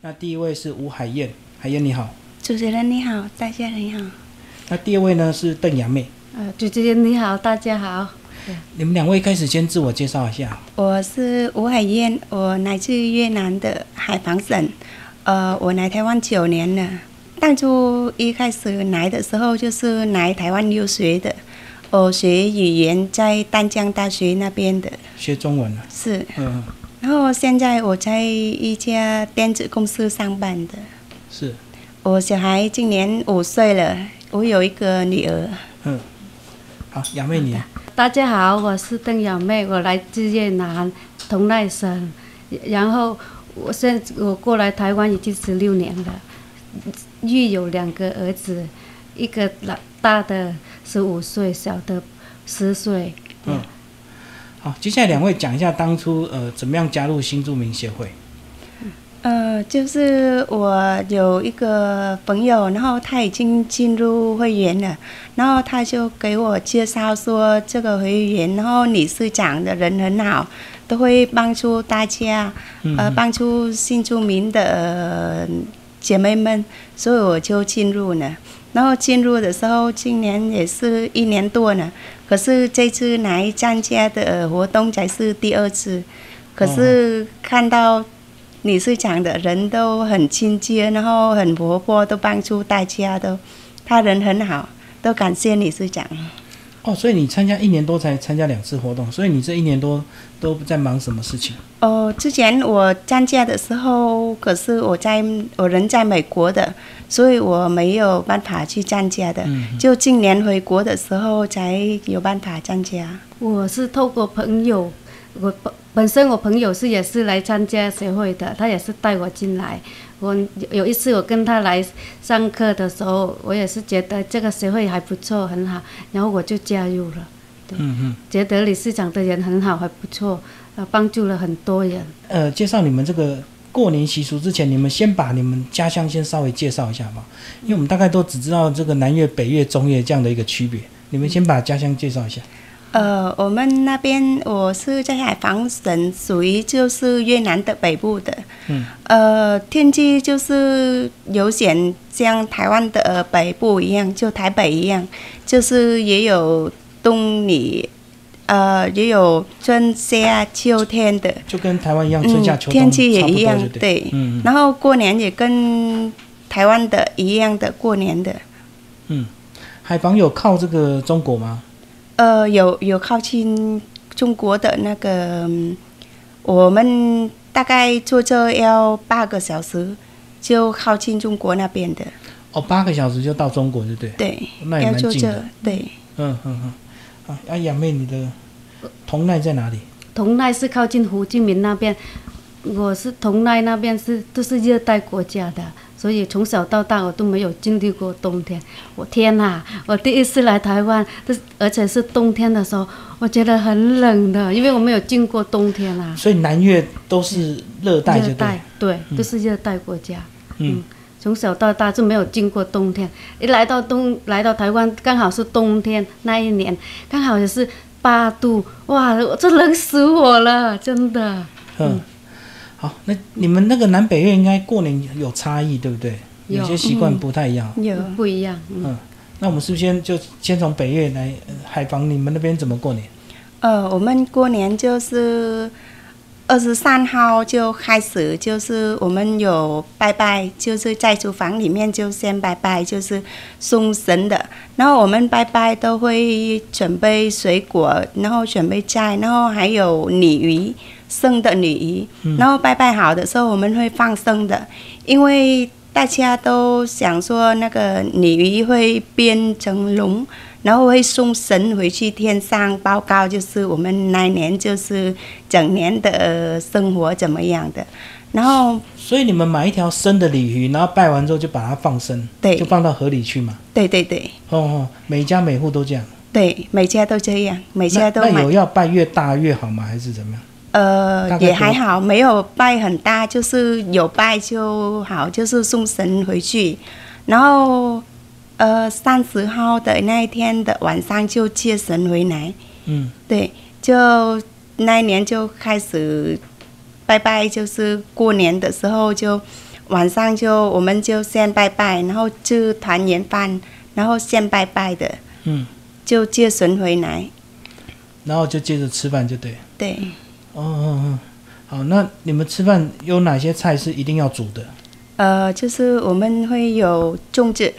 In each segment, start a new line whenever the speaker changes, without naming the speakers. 那第一位是吴海燕，海燕你好。
主持人你好，大家你好。
那第二位呢是邓雅妹，
呃，主持人你好，大家好，
你们两位开始先自我介绍一下。
我是吴海燕，我来自越南的海防省，呃，我来台湾九年了。当初一开始来的时候就是来台湾留学的，我学语言在丹江大学那边的，
学中文了。
是。
嗯，
然后现在我在一家电子公司上班的。
是。
我小孩今年五岁了，我有一个女儿。
嗯，好，雅妹你。
大家好，我是邓小妹，我来自越南同奈省，然后我现我过来台湾已经十六年了，育有两个儿子，一个老大的十五岁，小的十岁。
嗯，好，接下来两位讲一下当初呃怎么样加入新著名协会。
呃，就是我有一个朋友，然后他已经进入会员了，然后他就给我介绍说这个会员，然后理事长的人很好，都会帮助大家，呃，帮助新住民的、呃姐妹们，所以我就进入了。然后进入的时候，今年也是一年多了，可是这次来参加的呃活动才是第二次，可是看到。理事长的人都很亲切，然后很活泼，都帮助大家都，他人很好，都感谢理事长。
哦，所以你参加一年多才参加两次活动，所以你这一年多都在忙什么事情？
哦，之前我参加的时候，可是我在我人在美国的，所以我没有办法去参加的。就今年回国的时候才有办法参加。
我是透过朋友，我本本身我朋友是也是来参加协会的，他也是带我进来。我有有一次我跟他来上课的时候，我也是觉得这个协会还不错，很好，然后我就加入了。
嗯嗯。
觉得理事长的人很好，还不错，呃，帮助了很多人。
呃，介绍你们这个过年习俗之前，你们先把你们家乡先稍微介绍一下吧，因为我们大概都只知道这个南越、北越、中越这样的一个区别。你们先把家乡介绍一下。
呃，我们那边我是在海防省，属于就是越南的北部的。
嗯。
呃，天气就是有点像台湾的呃北部一样，就台北一样，就是也有冬里，呃，也有春夏秋天的。嗯
就跟台湾一样，春夏秋冬、
天气也一样
差不多就对。
对。
嗯嗯
然后过年也跟台湾的一样的过年的，
嗯，海防有靠这个中国吗？
呃，有有靠近中国的那个，嗯我们大概坐车要八个小时，就靠近中国那边的，
哦，八个小时就到中国，对不对？
对，
那也
要
蛮
坐
近的
车。，对，
嗯嗯嗯。啊，啊，雅妹，你的同奈在哪里？
同奈是靠近胡志明那边，我是同奈那边是都是热带国家的，所以从小到大我都没有经历过冬天。我天哪、我第一次来台湾，这而且是冬天的时候，我觉得很冷的，因为我没有经过冬天啊。
所以南越都是热带，就
热
对
带。对，都是热带国家。
嗯，
从小到大就没有经过冬天，一来到冬来到台湾，刚好是冬天那一年，刚好也是八度，哇，我这冷死我了，真的
嗯。好，那你们那个南北越应该过年有差异，对不对？
有
有些习惯不太一样。
有。
不一样。嗯
那我们是不是先就先从北越来呃海防？你们那边怎么过年？
呃，我们过年就是二十三号就开始，就是我们有拜拜，就是在厨房里面就先拜拜，就是送神的。然后我们拜拜都会准备水果，然后准备菜，然后还有鲤鱼，生的鲤鱼。然后拜拜好的时候，我们会放生的，因为大家都想说那个鲤鱼会变成龙。然后会送神回去天上报告，就是我们那一年就是整年的呃生活怎么样的。然后
所以你们买一条生的鲤鱼，然后拜完之后就把它放生，
对
就放到河里去嘛。
对对对
哦哦，每家每户都这样。
对，每家都这样，每
那
家都
那
买
有。要拜越大越好吗？还是怎么样？大
呃，
概
也
多
还好，没有拜很大，就是有拜就好，就是送神回去。然后呃，三十号的那一天的晚上就接神回来。
嗯，
对，就那一年就开始拜拜，就是过年的时候就晚上就我们就先拜拜，然后吃团圆饭，然后先拜拜的，
嗯，
就接神回来。
然后就接着吃饭就对了。
对，
哦哦哦，好，那你们吃饭有哪些菜是一定要煮的？
呃，就是我们会有粽子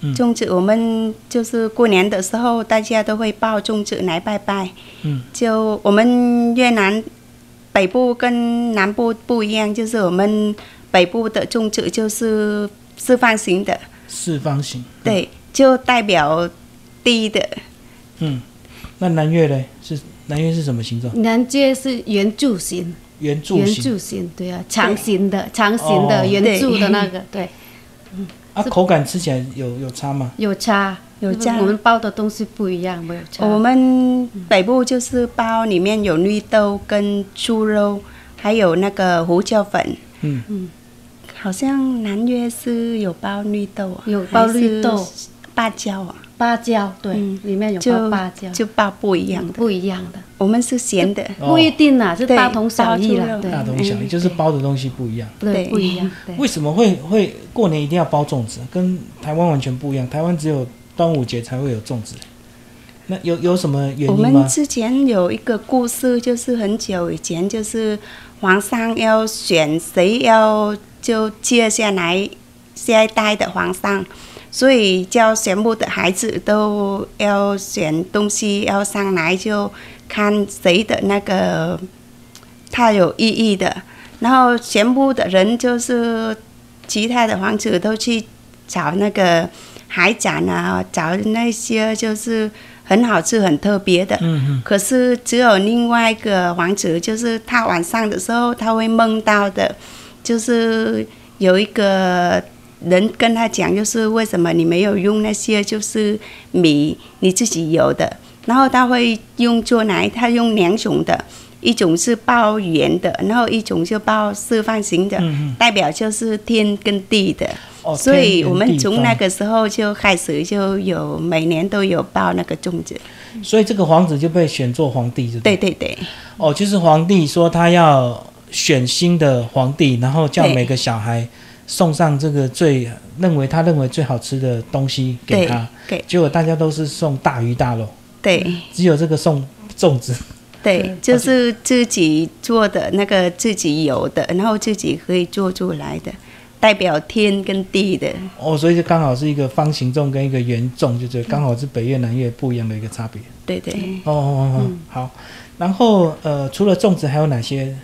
嗯，
粽子我们就是过年的时候大家都会包粽子来拜拜。
嗯，
就我们越南北部跟南部不一样，就是我们北部的粽子就是四方形的，
嗯四方形。
对，就代表低的。
嗯，那南越嘞是南越是什么形状？
南街是圆柱形，
圆柱
圆
形。
柱形，对啊，长形的，长形的
哦
圆柱的那个，对，
啊，口感吃起来有有差吗？
有差，
有差
我们包的东西不一样，没有差。
我们北部就是包里面有绿豆跟猪肉，还有那个胡椒粉。
嗯
好像南越是有包绿豆啊，
有包绿豆
还是芭蕉啊，
芭蕉，对，
嗯
里面有包
就
芭蕉，嗯
就包不一样的。
不一样的，
我们是咸的，
哦
不一定啦，是
对
大同小异
包
啦，
猪肉
对
大同小
嗯
异，就是包的东西不一样。
对，
对
不一样，对。
为什么会会过年一定要包粽子？跟台湾完全不一样，台湾只有端午节才会有粽子。那有有什么原
我
因
们
吗？
之前有一个故事，就是很久以前，就是皇上要选谁要就接下来下一代的皇上，所以叫全部的孩子都要选东西要上来，就看谁的那个他有意义的，然后全部的人就是其他的皇子都去找那个海展啊，找那些就是很好吃、很特别的。
嗯
可是只有另外一个王子，就是他晚上的时候他会梦到的，就是有一个人跟他讲，就是为什么你没有用那些就是米你自己有的，然后他会用做来，他用两种的，一种是包圆的，然后一种就包四方形的，
嗯嗯，
代表就是天跟地的。
哦，
所以我
天
们
圆地嗯
从那
方
个时候就开始就有每年都有包那个粽子，
所以这个皇子就被选做皇帝，是不是
对对对。
哦，就是皇帝说他要选新的皇帝，然后叫
对
每个小孩送上这个最认为他认为最好吃的东西给
对
他，嗯
给
结果大家都是送大鱼大肉，
对
只有这个送粽子。
对，就是自己做的那个自己有的，然后自己可以做出来的，代表天跟地的。
哦，所以就刚好是一个方形粽跟一个圆粽，就这刚好是北越南越不一样的一个差别。
对对，
哦哦哦，
嗯
好。然后呃，除了粽子还有哪些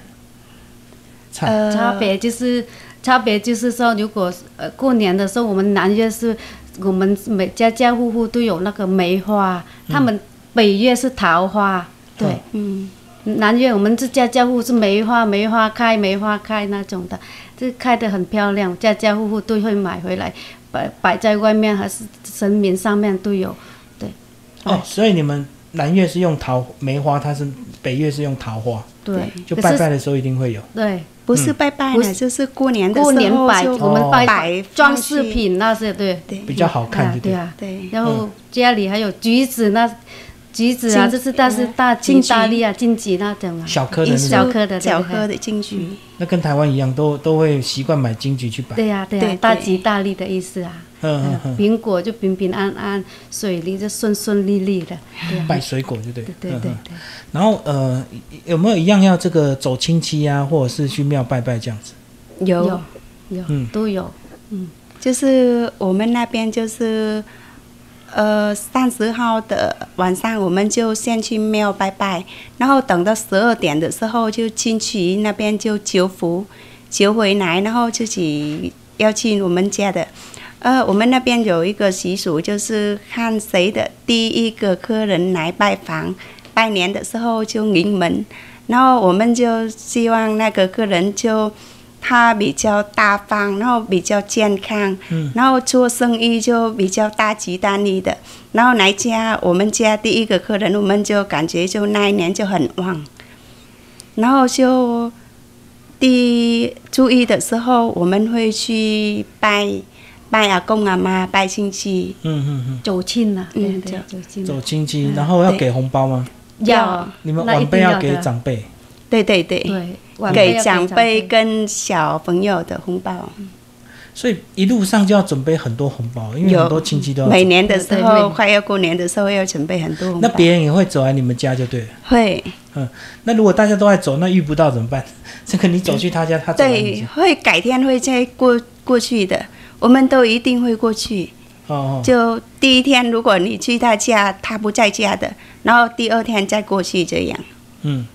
菜？
呃
差别就是差别就是说，如果呃过年的时候，我们南越是我们每家家户户都有那个梅花，他们北越是桃花，对，
嗯，
南越我们是家家户户是梅花，梅花开，梅花开那种的，这开得很漂亮，家家户户都会买回来，摆摆在外面还是神明上面都有，哎
哦，所以你们南越是用桃梅花，它是北越是用桃花，
对，
就
可
拜
是
拜的时候一定会有。
对，
不
嗯
是拜拜
不
了，
是
就是过年的时
过
候
年摆
就哦
我们
摆
拜
放
装
去
饰，品那些，对，
对
比较好看
啊
就对
对
了
啊。
对
然后家里还有橘子那，橘子啊，
金
这是但是大
金
金
桔
大利啊，金桔那种啊，
小颗的
一
那
小
种，
束
颗的对
小
对对嗯
颗的进去，
那跟台湾一样，都都会习惯买金桔去摆。
对呀、对呀、
对
大
对
吉大利的意思啊。
嗯嗯
苹果就平平安安，水梨就顺顺利利的，对
嗯，
啊，
拜水果就对。
对对
嗯
对
嗯
对。
然后呃，有没有一样要这个走亲戚啊，或者是去庙拜拜这样子？
有有
嗯
都有，
就是我们那边就是，呃，三十号的晚上我们就先去庙拜拜，然后等到十二点的时候就进去那边就求福，求回来，然后自己要去我们家的。呃，我们那边有一个习俗，就是看谁的第一个客人来拜访，拜年的时候就迎门，然后我们就希望那个客人就他比较大方，然后比较健康，
嗯
然后做生意就比较大吉大利的。然后来家我们家第一个客人，我们就感觉就那一年就很旺，然后就第初一的时候，我们会去拜拜阿公阿妈、拜亲戚，
嗯嗯嗯，
走亲呐，对
嗯
对，走亲啊
走亲戚，然后要
对
给红包吗？
要
你们
那一
晚辈
定
要
的
给长辈，
对对对，
对，晚辈要
给长辈跟小朋友的红包，
所以一路上就要准备很多红包，因为
有
很多亲戚都要
每
走。
年的时
对对
候快要过年的时候要准备很多红
那
包。
别人也会走来你们家就对了。
会
那如果大家都在走，那遇不到怎么办？ 这个你走去他家，他走来你
对
家。
会改天会再过过去的，我们都一定会过去。
哦哦，
就第一天如果你去他家，他不在家的，然后第二天再过去这样。
嗯，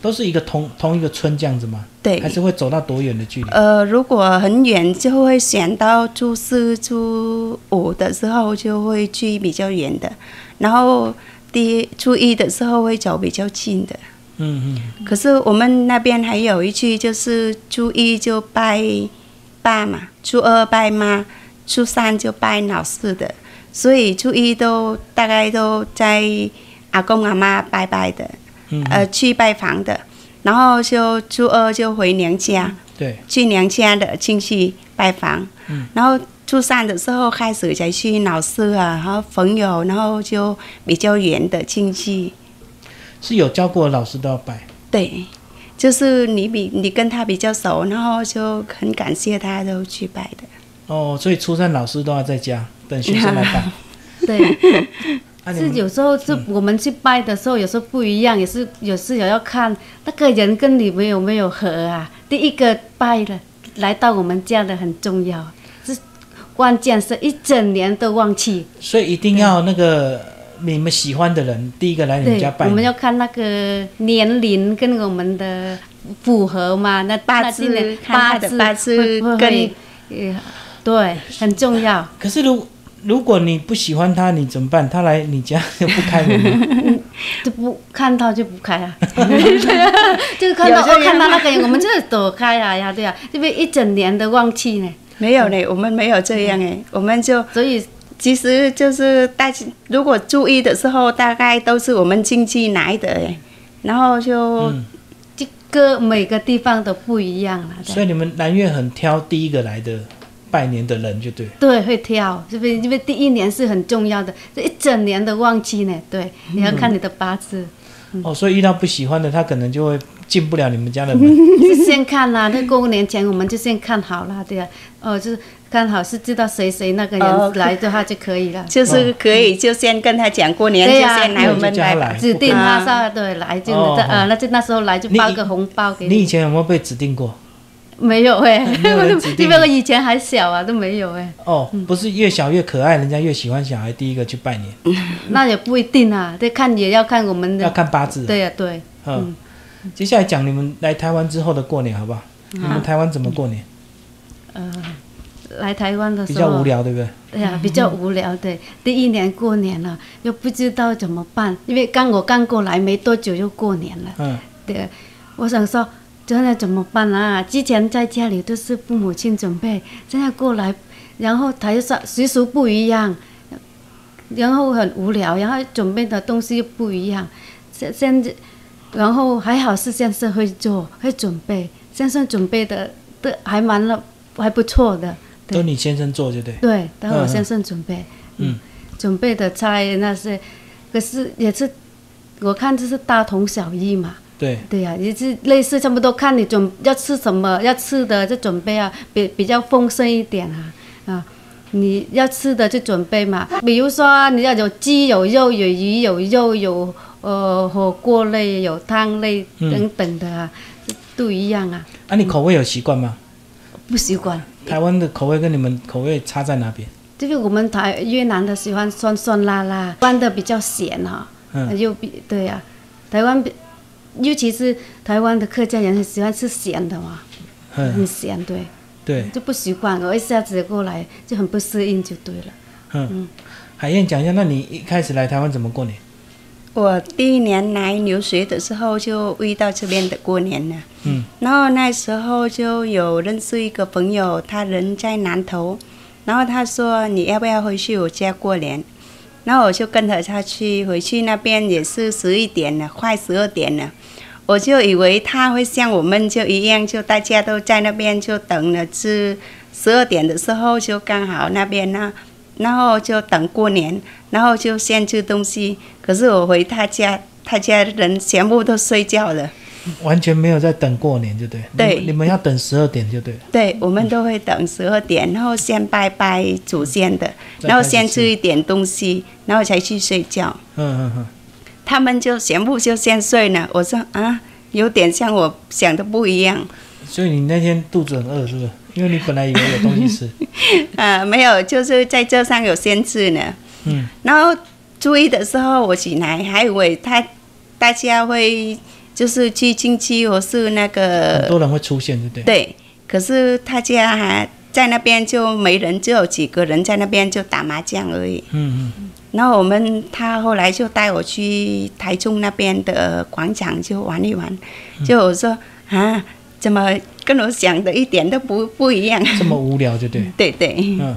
都是一个同同一个村这样子吗？
对
还，是会走到多远的距离？
呃，如果很远就会选到初四、初五的时候就会去比较远的，然后第初一的时候会走比较近的。
嗯嗯，
可是我们那边还有一句，就是初一就拜爸嘛，初二拜妈，初三就拜老师的，所以初一都大概都在阿公阿妈拜拜的，
嗯
呃，去拜访的，然后就初二就回娘家，
对，
去娘家的亲戚拜访，
嗯
然后初三的时候开始才去老师啊，然后朋友，然后就比较远的亲戚。
是有教过的老师都要拜。
对，就是你比你跟他比较熟，然后就很感谢他都去拜的。
哦，所以初三老师都要在家等学生来 拜。
对，
啊，你
是
们
有时候是我们去拜的时候，有时候不一样，也是有时也要看那个人跟你们有没有合啊。第一个拜了，来到我们家的很重要，是关键是一整年都忘记。
所以一定要那个你们喜欢的人第一个来哎你们
对
家，拜
我
你。
们要看那个年龄跟我们的符合嘛，那
八
那
字
今年
看
八
他的
字
八字
会不会
跟
呃对很重要。
可是如如果你不喜欢他，你怎么办？他来你家就不开门 吗？
就不看到就不开啊， 就是看到
有这
哦
样吗
看到那个人，我们就是躲开啊呀，对啊，这边一整年的忘记呢，
没有
嗯
呢，我们没有这样哎，我们就
所以
其实就是大家如果注意的时候，大概都是我们亲戚来的哎，
嗯
然后就、
嗯，
这个每个地方都不一样了
所以你
的，
们南越很挑第一个来的拜年的人就对。
对，会挑，这边因为第一年是很重要的，这一整年的忘记呢，对，你要看你的八字，嗯
哦，所以遇到不喜欢的，他可能就会进不了你们家的门。
就先看啦，那过年前我们就先看好了，对啊，哦，就是看好是知道谁谁那个
哦
人来的话就可以了。
就是可以就先跟他讲过年，
哦对
就
呀嗯
先来我们
就叫他来
吧。
指定他上对来就
哦
那呃，那就那时候来就
你
包个红包给
你以前有没有被指定过？
没有哎、
没有人指定
因为我以前还小啊，都没有哎、
哦，不是越小越可爱，人家越喜欢小孩第一个去拜年，
那也不一定啊，这看也要看我们
嗯要
的。
看八字。
嗯
啊
对呀、对，
嗯，接下来讲你们来台湾之后的过年好不好？你
嗯
们台湾怎么过年？
呃，来台湾的
比
时
较无
候，
聊，对不对？
对呀、比较无聊。对，第一年过年了，又不知道怎么办，因为刚我刚过来没多久就过年了。
嗯，
对，我想说，真的怎么办啊？之前在家里都是父母亲准备，现在过来，然后台上习俗不一样，然后很无聊，然后准备的东西又不一样。现现在，然后还好是先生会做，会准备，先生准备的都还蛮了，还不错的。对
都你先生做就对。
对，待会
嗯
我
嗯
先生准备，
嗯，
准备的菜那些，可是也是，我看就是大同小异嘛。
对，
对呀、也是类似差不多，看你准要吃什么，要吃的就准备啊，比比较丰盛一点啊啊，你要吃的就准备嘛，比如说啊你要有鸡有肉有鱼有肉有呃火锅类有汤类
嗯
等等的啊，都一样啊，
啊，你口味有习惯吗？
不习惯。
台湾的口味跟你们口味差在哪边？
就是我们台越南的喜欢酸酸辣辣，湾的比较咸哈、
嗯，
又比对呀、台湾比尤其是台湾的客家人很喜欢吃咸的嘛，很
嗯，
咸对。
对，
就不习惯，我一下子过来就很不适应，就对了。
嗯。海燕讲一下，那你一开始来台湾怎么过年？
我第一年来留学的时候就遇到这边的过年了。
嗯，
然后那时候就有认识一个朋友，他人在南头，然后他说你要不要回去我家过年？然后我就跟着他去，回去那边也是十一点了，快十二点了。我就以为他会像我们就一样，就大家都在那边就等了，至十二点的时候就刚好那边呢，然后就等过年，然后就先吃东西。可是我回他家，他家人全部都睡觉了。
完全没有在等过年，就对。你们
对
你们要等十二点就对了。
对，我们都会等十二点，然后先拜拜祖先的，
再
然后
开始
先
吃
吃一点东西，然后才去睡觉。
嗯嗯嗯，
他们就全部就先睡了。我说啊，有点像我想的不一样。
所以你那天肚子很饿是不是？因为你本来以为有东西吃。
呃，没有，就是在这上有先吃呢。
嗯，
然后初一的时候我起来，还以为他大家会就是去亲戚或是那
很
个
多人会出现，对不对？
对，可是他家还在那边就没人，只有几个人在那边就打麻将而已。
嗯嗯，
然后我们他后来就带我去台中那边的广场就玩一玩，
嗯
就我说啊，怎么跟我想的一点都不不 一样？
这么无聊，就对。
对对，
嗯，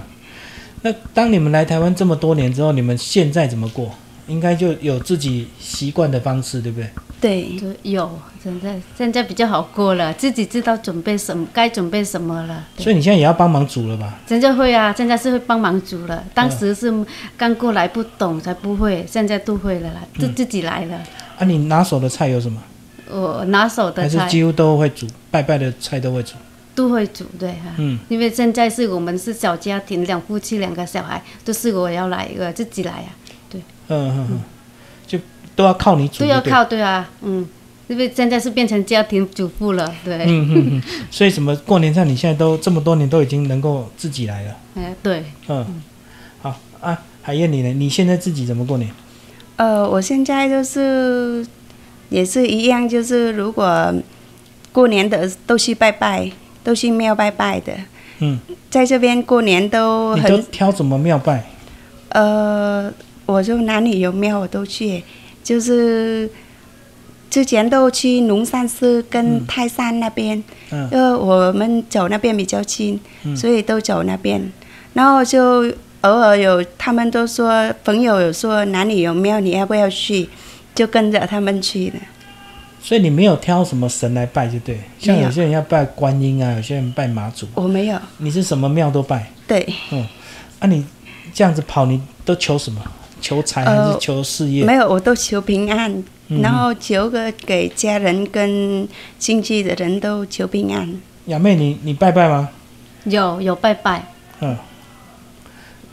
那当你们来台湾这么多年之后，你们现在怎么过？应该就有自己习惯的方式，对不对？
对
就有现在现在比较好过了，自己知道准备什么，该准备什么了。对
所以你现在也要帮忙煮了吧？
现在会啊，现在是会帮忙煮了。当时是刚过来不懂才不会，现在都会了啦，
嗯
自自己来了。
啊，你拿手的菜有什么？
我拿手的
还是
菜
几乎都会煮，拜拜的菜都会煮。
都会煮，对哈、
嗯
因为现在是我们是小家庭，两夫妻两个小孩，都是我要来，我自己来啊，
嗯嗯嗯，就都要靠你煮
都
就对，
要靠对啊，嗯，因为现在是变成家庭主妇了，对，
嗯嗯嗯，所以什么过年菜你现在都这么多年都已经能够自己来了，
哎、对，
嗯，好啊，海燕你呢？你现在自己怎么过年？
呃，我现在就是也是一样，就是如果过年的都去拜拜，都去庙拜拜的，
嗯，
在这边过年都
你都
很
挑什么庙拜？
呃，我就哪里有庙我都去，就是之前都去龙山寺跟泰山那边，
嗯
因为我们走那边比较近，
嗯
所以都走那边。然后就偶尔有他们都说朋友有说哪里有庙，你要不要去？就跟着他们去了。
所以你没有挑什么神来拜就对，像有些人要拜观音啊，有些人拜妈祖，
我没有，
你是什么庙都拜
对，
啊？你这样子跑，你都求什么？求财还是
呃
求事业？
没有，我都求平安，
嗯
然后求个给家人跟亲戚的人都求平安。
雅妹，你你拜拜吗？
有有拜拜，
嗯，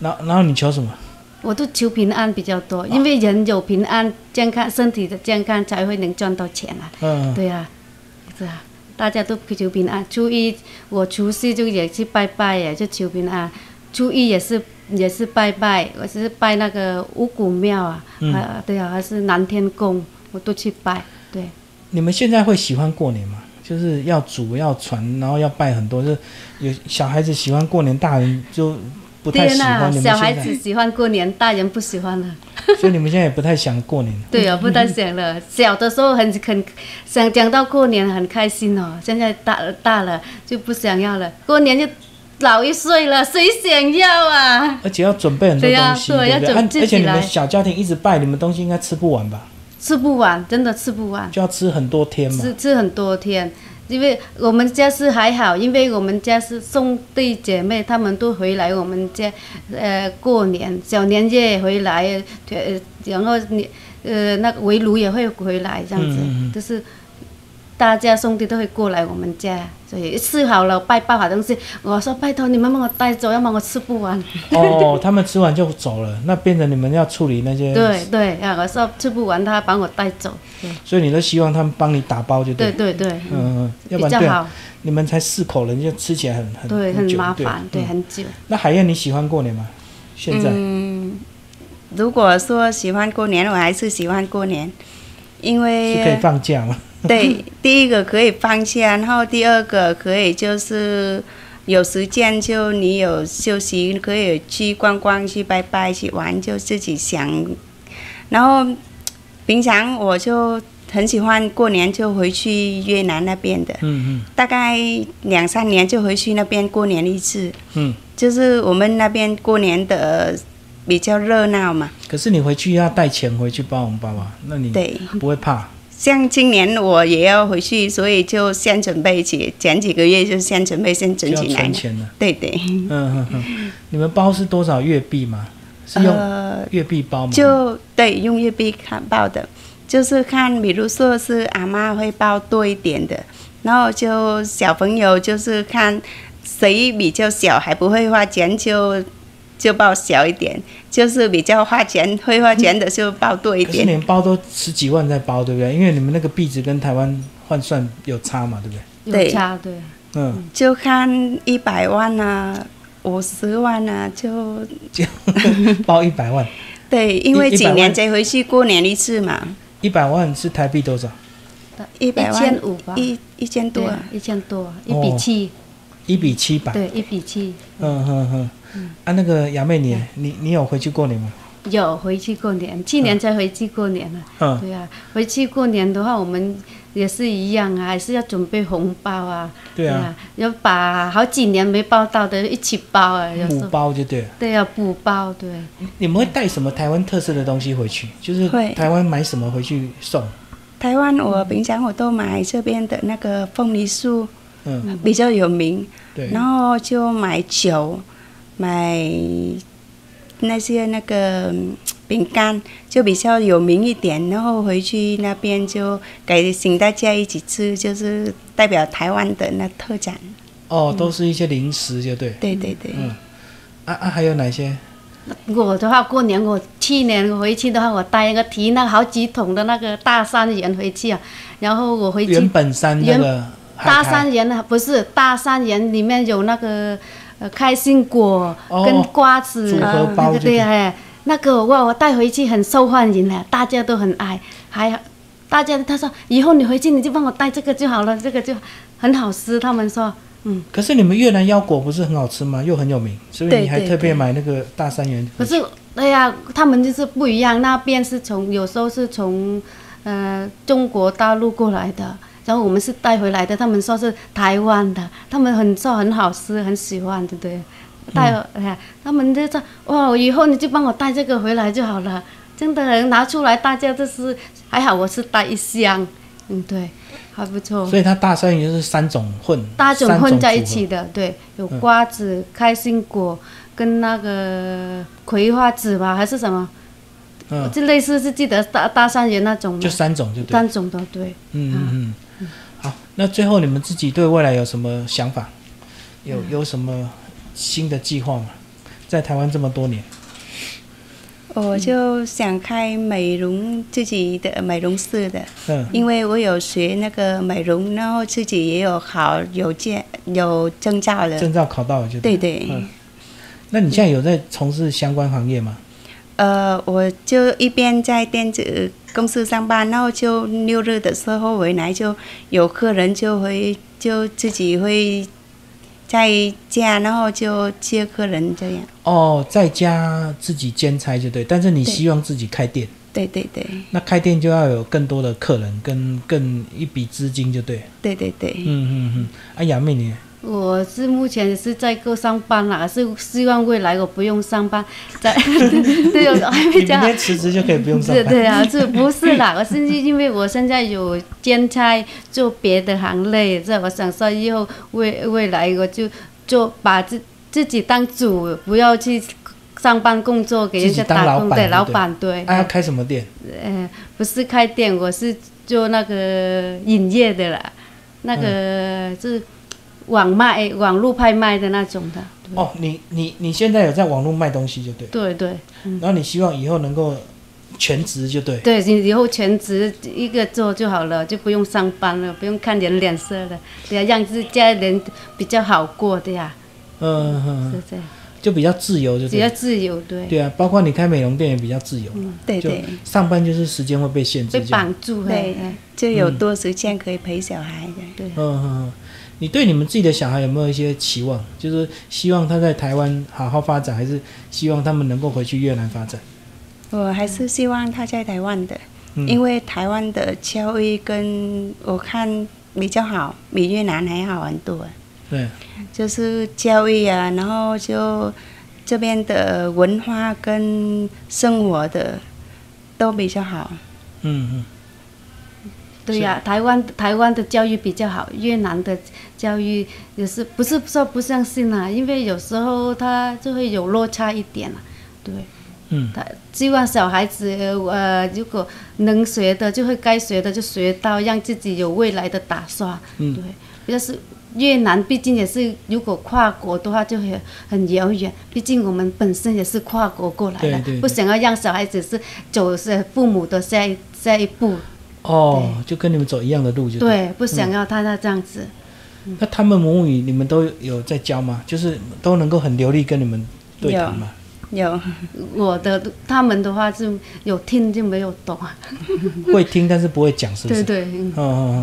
然后然后你求什么？
我都求平安比较多，因为人有平安健康，身体的健康才会能赚到钱啊，
嗯，
对啊，是啊，大家都求平安。初一我除夕就也去拜拜耶，就求平安。初一也是也是拜拜，我是拜那个五谷庙啊，
嗯
啊对啊，还是南天宫，我都去拜。对，
你们现在会喜欢过年吗？就是要煮要传，然后要拜很多，就是有小孩子喜欢过年，大人就不太喜
天
欢。你们
啊小孩
现
子
在，
喜欢过年，大人不喜欢啊了。
所以你们现在也不太想过 年。
对啊，不太想了。小的时候很很想讲到过年很开心哦，现在大大了就不想要了。过年就老一岁了，谁想要啊？
而且要准备很多
对啊
东西，
对
对
要
不对？
准
啊
备
而且你
起来
们小家庭一直拜，你们东西应该吃不完吧？
吃不完，真的吃不完。
就要吃很多天嘛。
吃吃很多天，因为我们家是还好，因为我们家是兄弟姐妹，他们都回来我们家，呃，过年小年夜回来，呃，然后你呃那个围炉也会回来这样子，
嗯嗯嗯
就是大家兄弟都会过来我们家，所以吃好了拜拜好东西，我说拜托你们帮我带走，要不然我吃不完。
哦，他们吃完就走了，那变成你们要处理那些，
对对啊，我说吃不完他帮我带走，
所以你都希望他们帮你打包就
对
对。
对对，
嗯，嗯要不然
比较
对啊，
好，
你们才四口人，就吃起来很很
对很
久
麻烦，对
嗯
很久。
那海燕，你喜欢过年吗？现在，
嗯，如果说喜欢过年，我还是喜欢过年，因
是可以
为
放假吗？
对第一个可以放假，然后第二个可以就是有时间就你有休息，可以去逛逛、去拜拜、去玩，就自己想。然后平常我就很喜欢过年就回去越南那边的，
嗯
大概两三年就回去那边过年一次。
嗯嗯。
就是我们那边过年的比较热闹嘛。
可是你回去要带钱回去包红包啊，那你
对，
不会怕？
像今年我也要回去，所以就先准备起，前几个月就先准备，先
就
存
要
起来
存
了。
钱了。
对对，
嗯嗯嗯。你们包是多少月币吗？是用
呃，
月币包吗？
就对用月币看报的，就是看，比如说是阿妈会包多一点的，然后就小朋友就是看谁比较小还不会花钱就就包小一点，就是比较花钱会花钱的就包多一
可是
点。
连包都十几万在包，对不对？因为你们那个币值跟台湾换算有差嘛，对不对？
有
对
差对，
嗯，
就看一百万啊，五十万啊，就
包一百万，
对，因为
一
几
100万
年才回去过年一次嘛，
一百万是台币多少？
一百
一
万
千五吧，
一一千多
对
啊。
啊，一千多，一
哦
比七，
一比七百。
对，一比七，
嗯哼哼。啊，那个雅妹你，你你有回去过年吗？
有回去过年，去年才回去过年啊。
嗯，
对啊，回去过年的话，我们也是一样啊，还是要准备红包啊。
对啊，
要把好几年没包到的一起包啊，有时
补
候。
包就对了。
对啊，补包对。
你们会带什么台湾特色的东西回去？就是
会
台湾买什么回去送？
台湾我平常我都买这边的那个凤梨酥，
嗯，
比较有名，
对。
然后就买酒，买那些那个嗯饼干，就比较有名一点。然后回去那边就给请大家一起吃，就是代表台湾的那特产。
哦，都是一些零食就对。
对对对，
嗯啊啊，还有哪些？
我的话，过年我去年回去的话，我带一个提那好几桶的那个大三元回去啊，然后我回
原
去
本山那个海
大
苔
三元啊，不是大三元里面有那个呃开心果
哦
跟瓜子
组
啊
合
那
包
个
就
对
对
呀、哎那个哇，我带回去很受欢迎了，大家都很爱，还大家他说以后你回去你就帮我带这个就好了，这个就很好吃，他们说嗯，
可是你们越南腰果不是很好吃吗？又很有名，所以
对
你还
对
特别买那个大三元。
可是对呀、他们就是不一样，那边是从有时候是从呃中国大陆过来的。然后我们是带回来的，他们说是台湾的，他们很说很好吃，很喜欢，对不对？
嗯
带、哎，他们就说哇，以后你就帮我带这个回来就好了。真的拿出来，大家就是还好，我是带一箱，嗯，对，还不错。
所以它大三元就是三种混，
大种混在一
三
起
种
的，对，有
嗯
瓜子、开心果跟那个葵花籽吧，还是什么？
组合。
就类似是记得大大三元那
嗯，
种吗
就三种就对。
三种的，对。
嗯嗯嗯。好，那最后你们自己对未来有什么想法？有有什么新的计划吗？在台湾这么多年，
我就想开美容自己的美容室的。
嗯，
因为我有学那个美容，然后自己也有考有证有证照了。
证照考到了就
对。对，
嗯那你现在有在从事相关行业吗？
呃，我就一边在电子公司上班，然后就六日的时候回来，就有客人就会就自己会在家，然后就接客人这样。
哦，在家自己兼差就对，但是你
对
希望自己开店。
对对对
那开店就要有更多的客人跟更一笔资金，就对。
对对对，
嗯嗯嗯。啊，杨妹你，
我是目前也是在够上班啦，是希望未来我不用上班， 在对，我还
你
没
明
讲好。
天辞职就可以不用上
是，
班。
对啊，是不是啦？我甚至因为我现在有兼差做别的行类，这我想说以后未未来我就做把自自己当主，不要去上班工作给人
自
家
己当
打
老
工
板
对
就
老
对
板对，
啊，要开什么店？
呃，不是开店，我是做那个营业的啦，那
嗯
个就是网卖网络拍卖的那种的，
哦，你你你现在有在网络卖东西就对，
对对。
然后你希望以后能够全职就对。
对，你以后全职一个做就好了，就不用上班了，不用看人脸色了，对呀、让自家人比较好过的呀，
嗯嗯
是
嗯，
这样，
就比较自由就
比较
对。
自由，嗯对，
对啊，包括你开美容店也比较自由，
对
就
对，
上班就是时间会被限
被
制这样。
绑住，
对
哎
就有多时间可以陪小孩的。
嗯嗯嗯，你对你们自己的小孩有没有一些期望？就是希望他在台湾好好发展，还是希望他们能够回去越南发展？
我还是希望他在台湾的，
嗯
因为台湾的教育跟我看比较好，比越南还好很多。
对。
就是教育啊，然后就这边的文化跟生活的都比较好。
嗯嗯，
对呀、台湾台湾的教育比较好，越南的教育也是不是说不相信啊，因为有时候他就会有落差一点啊，对，
嗯
他希望小孩子呃，如果能学的就会该学的就学到，让自己有未来的打算。
嗯
对，要是越南，毕竟也是如果跨国的话就很很遥远，毕竟我们本身也是跨国过来的，
对对对
不想要让小孩子是走是父母的下一下一步，
哦，就跟你们走一样的路就对。
对，不想要他那这样子。
那他们母语你们都有在教吗？就是都能够很流利跟你们对谈吗？
有
嗯
我的他们的话是有听就没有懂，
会听但是不会讲，是不
对
是？
对，嗯
嗯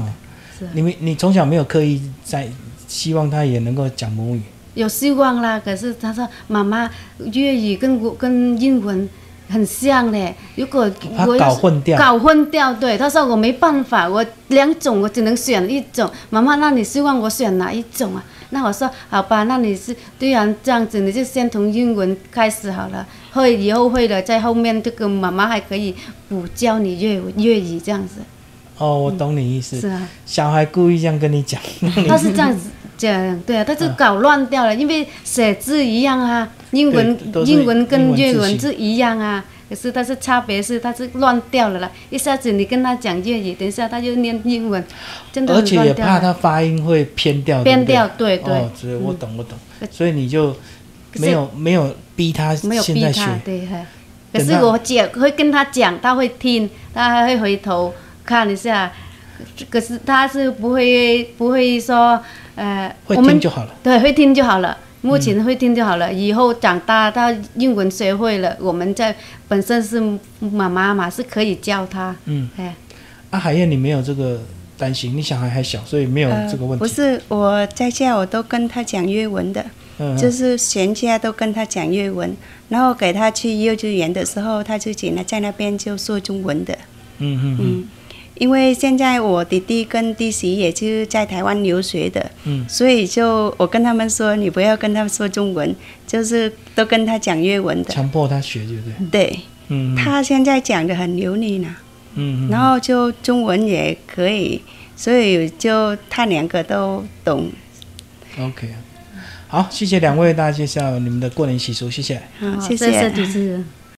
嗯
是
嗯。你们你从小没有刻意在希望他也能够讲母语，
有希望啦。可是他说妈妈粤语跟我跟英文很像嘞，如果
怕
我要
搞
是
混掉。
搞混掉，对，他说我没办法，我两种我只能选一种。妈妈，那你希望我选哪一种啊？那我说好吧，那你是对然这样子，你就先从英文开始好了，会以后会了，在后面这个妈妈还可以补教你粤语粤语这样子，
哦，我懂你意思。
是啊，
小孩故意这样跟你讲，
他是这样子讲，对啊，他就搞乱掉了，因为写字一样啊，英
对
文
都是
英文跟粤
英文
文
字
是一样啊。可是它是差别是它是乱掉了啦，一下子你跟他讲粤语，等一下他就念英文，真的
而
很
且也
乱掉
怕
了。
他发音会偏掉。对
变
不对
调，对对，嗯
哦，所以我懂我懂，
可
所以你就
可是
没有没有逼他
没有
现
逼
在
他
学，
对。嘿可
等
是
到
我姐会跟他讲，他会听，他还会回头看一下。可是他是不会不会说，呃，
会
我
听
们
就好了。
对，会听就好了。目前会听就好了，以后长大他英文学会了，我们在本身是妈妈嘛，是可以教他。
嗯，
哎，
啊，海燕，你没有这个担心，你小孩还小，所以没有这个问
呃不
题。
是我在家我都跟他讲粤文的，
嗯，
就是全家都跟他讲粤文，然后给他去幼稚园的时候，他自己呢在那边就说中文的。
嗯嗯嗯
嗯，因为现在我弟弟跟弟媳也是在台湾留学的，
嗯
所以就我跟他们说，你不要跟他们说中文，就是都跟他讲粤文的。
强迫他学，对不对？
对，
嗯，嗯
他现在讲的很流利呢，
嗯，嗯
然后就中文也可以，所以就他两个都懂。
嗯 OK，好，谢谢两位大家介绍你们的过年习俗，谢谢。
好，
好
谢
谢
谢。
主持人。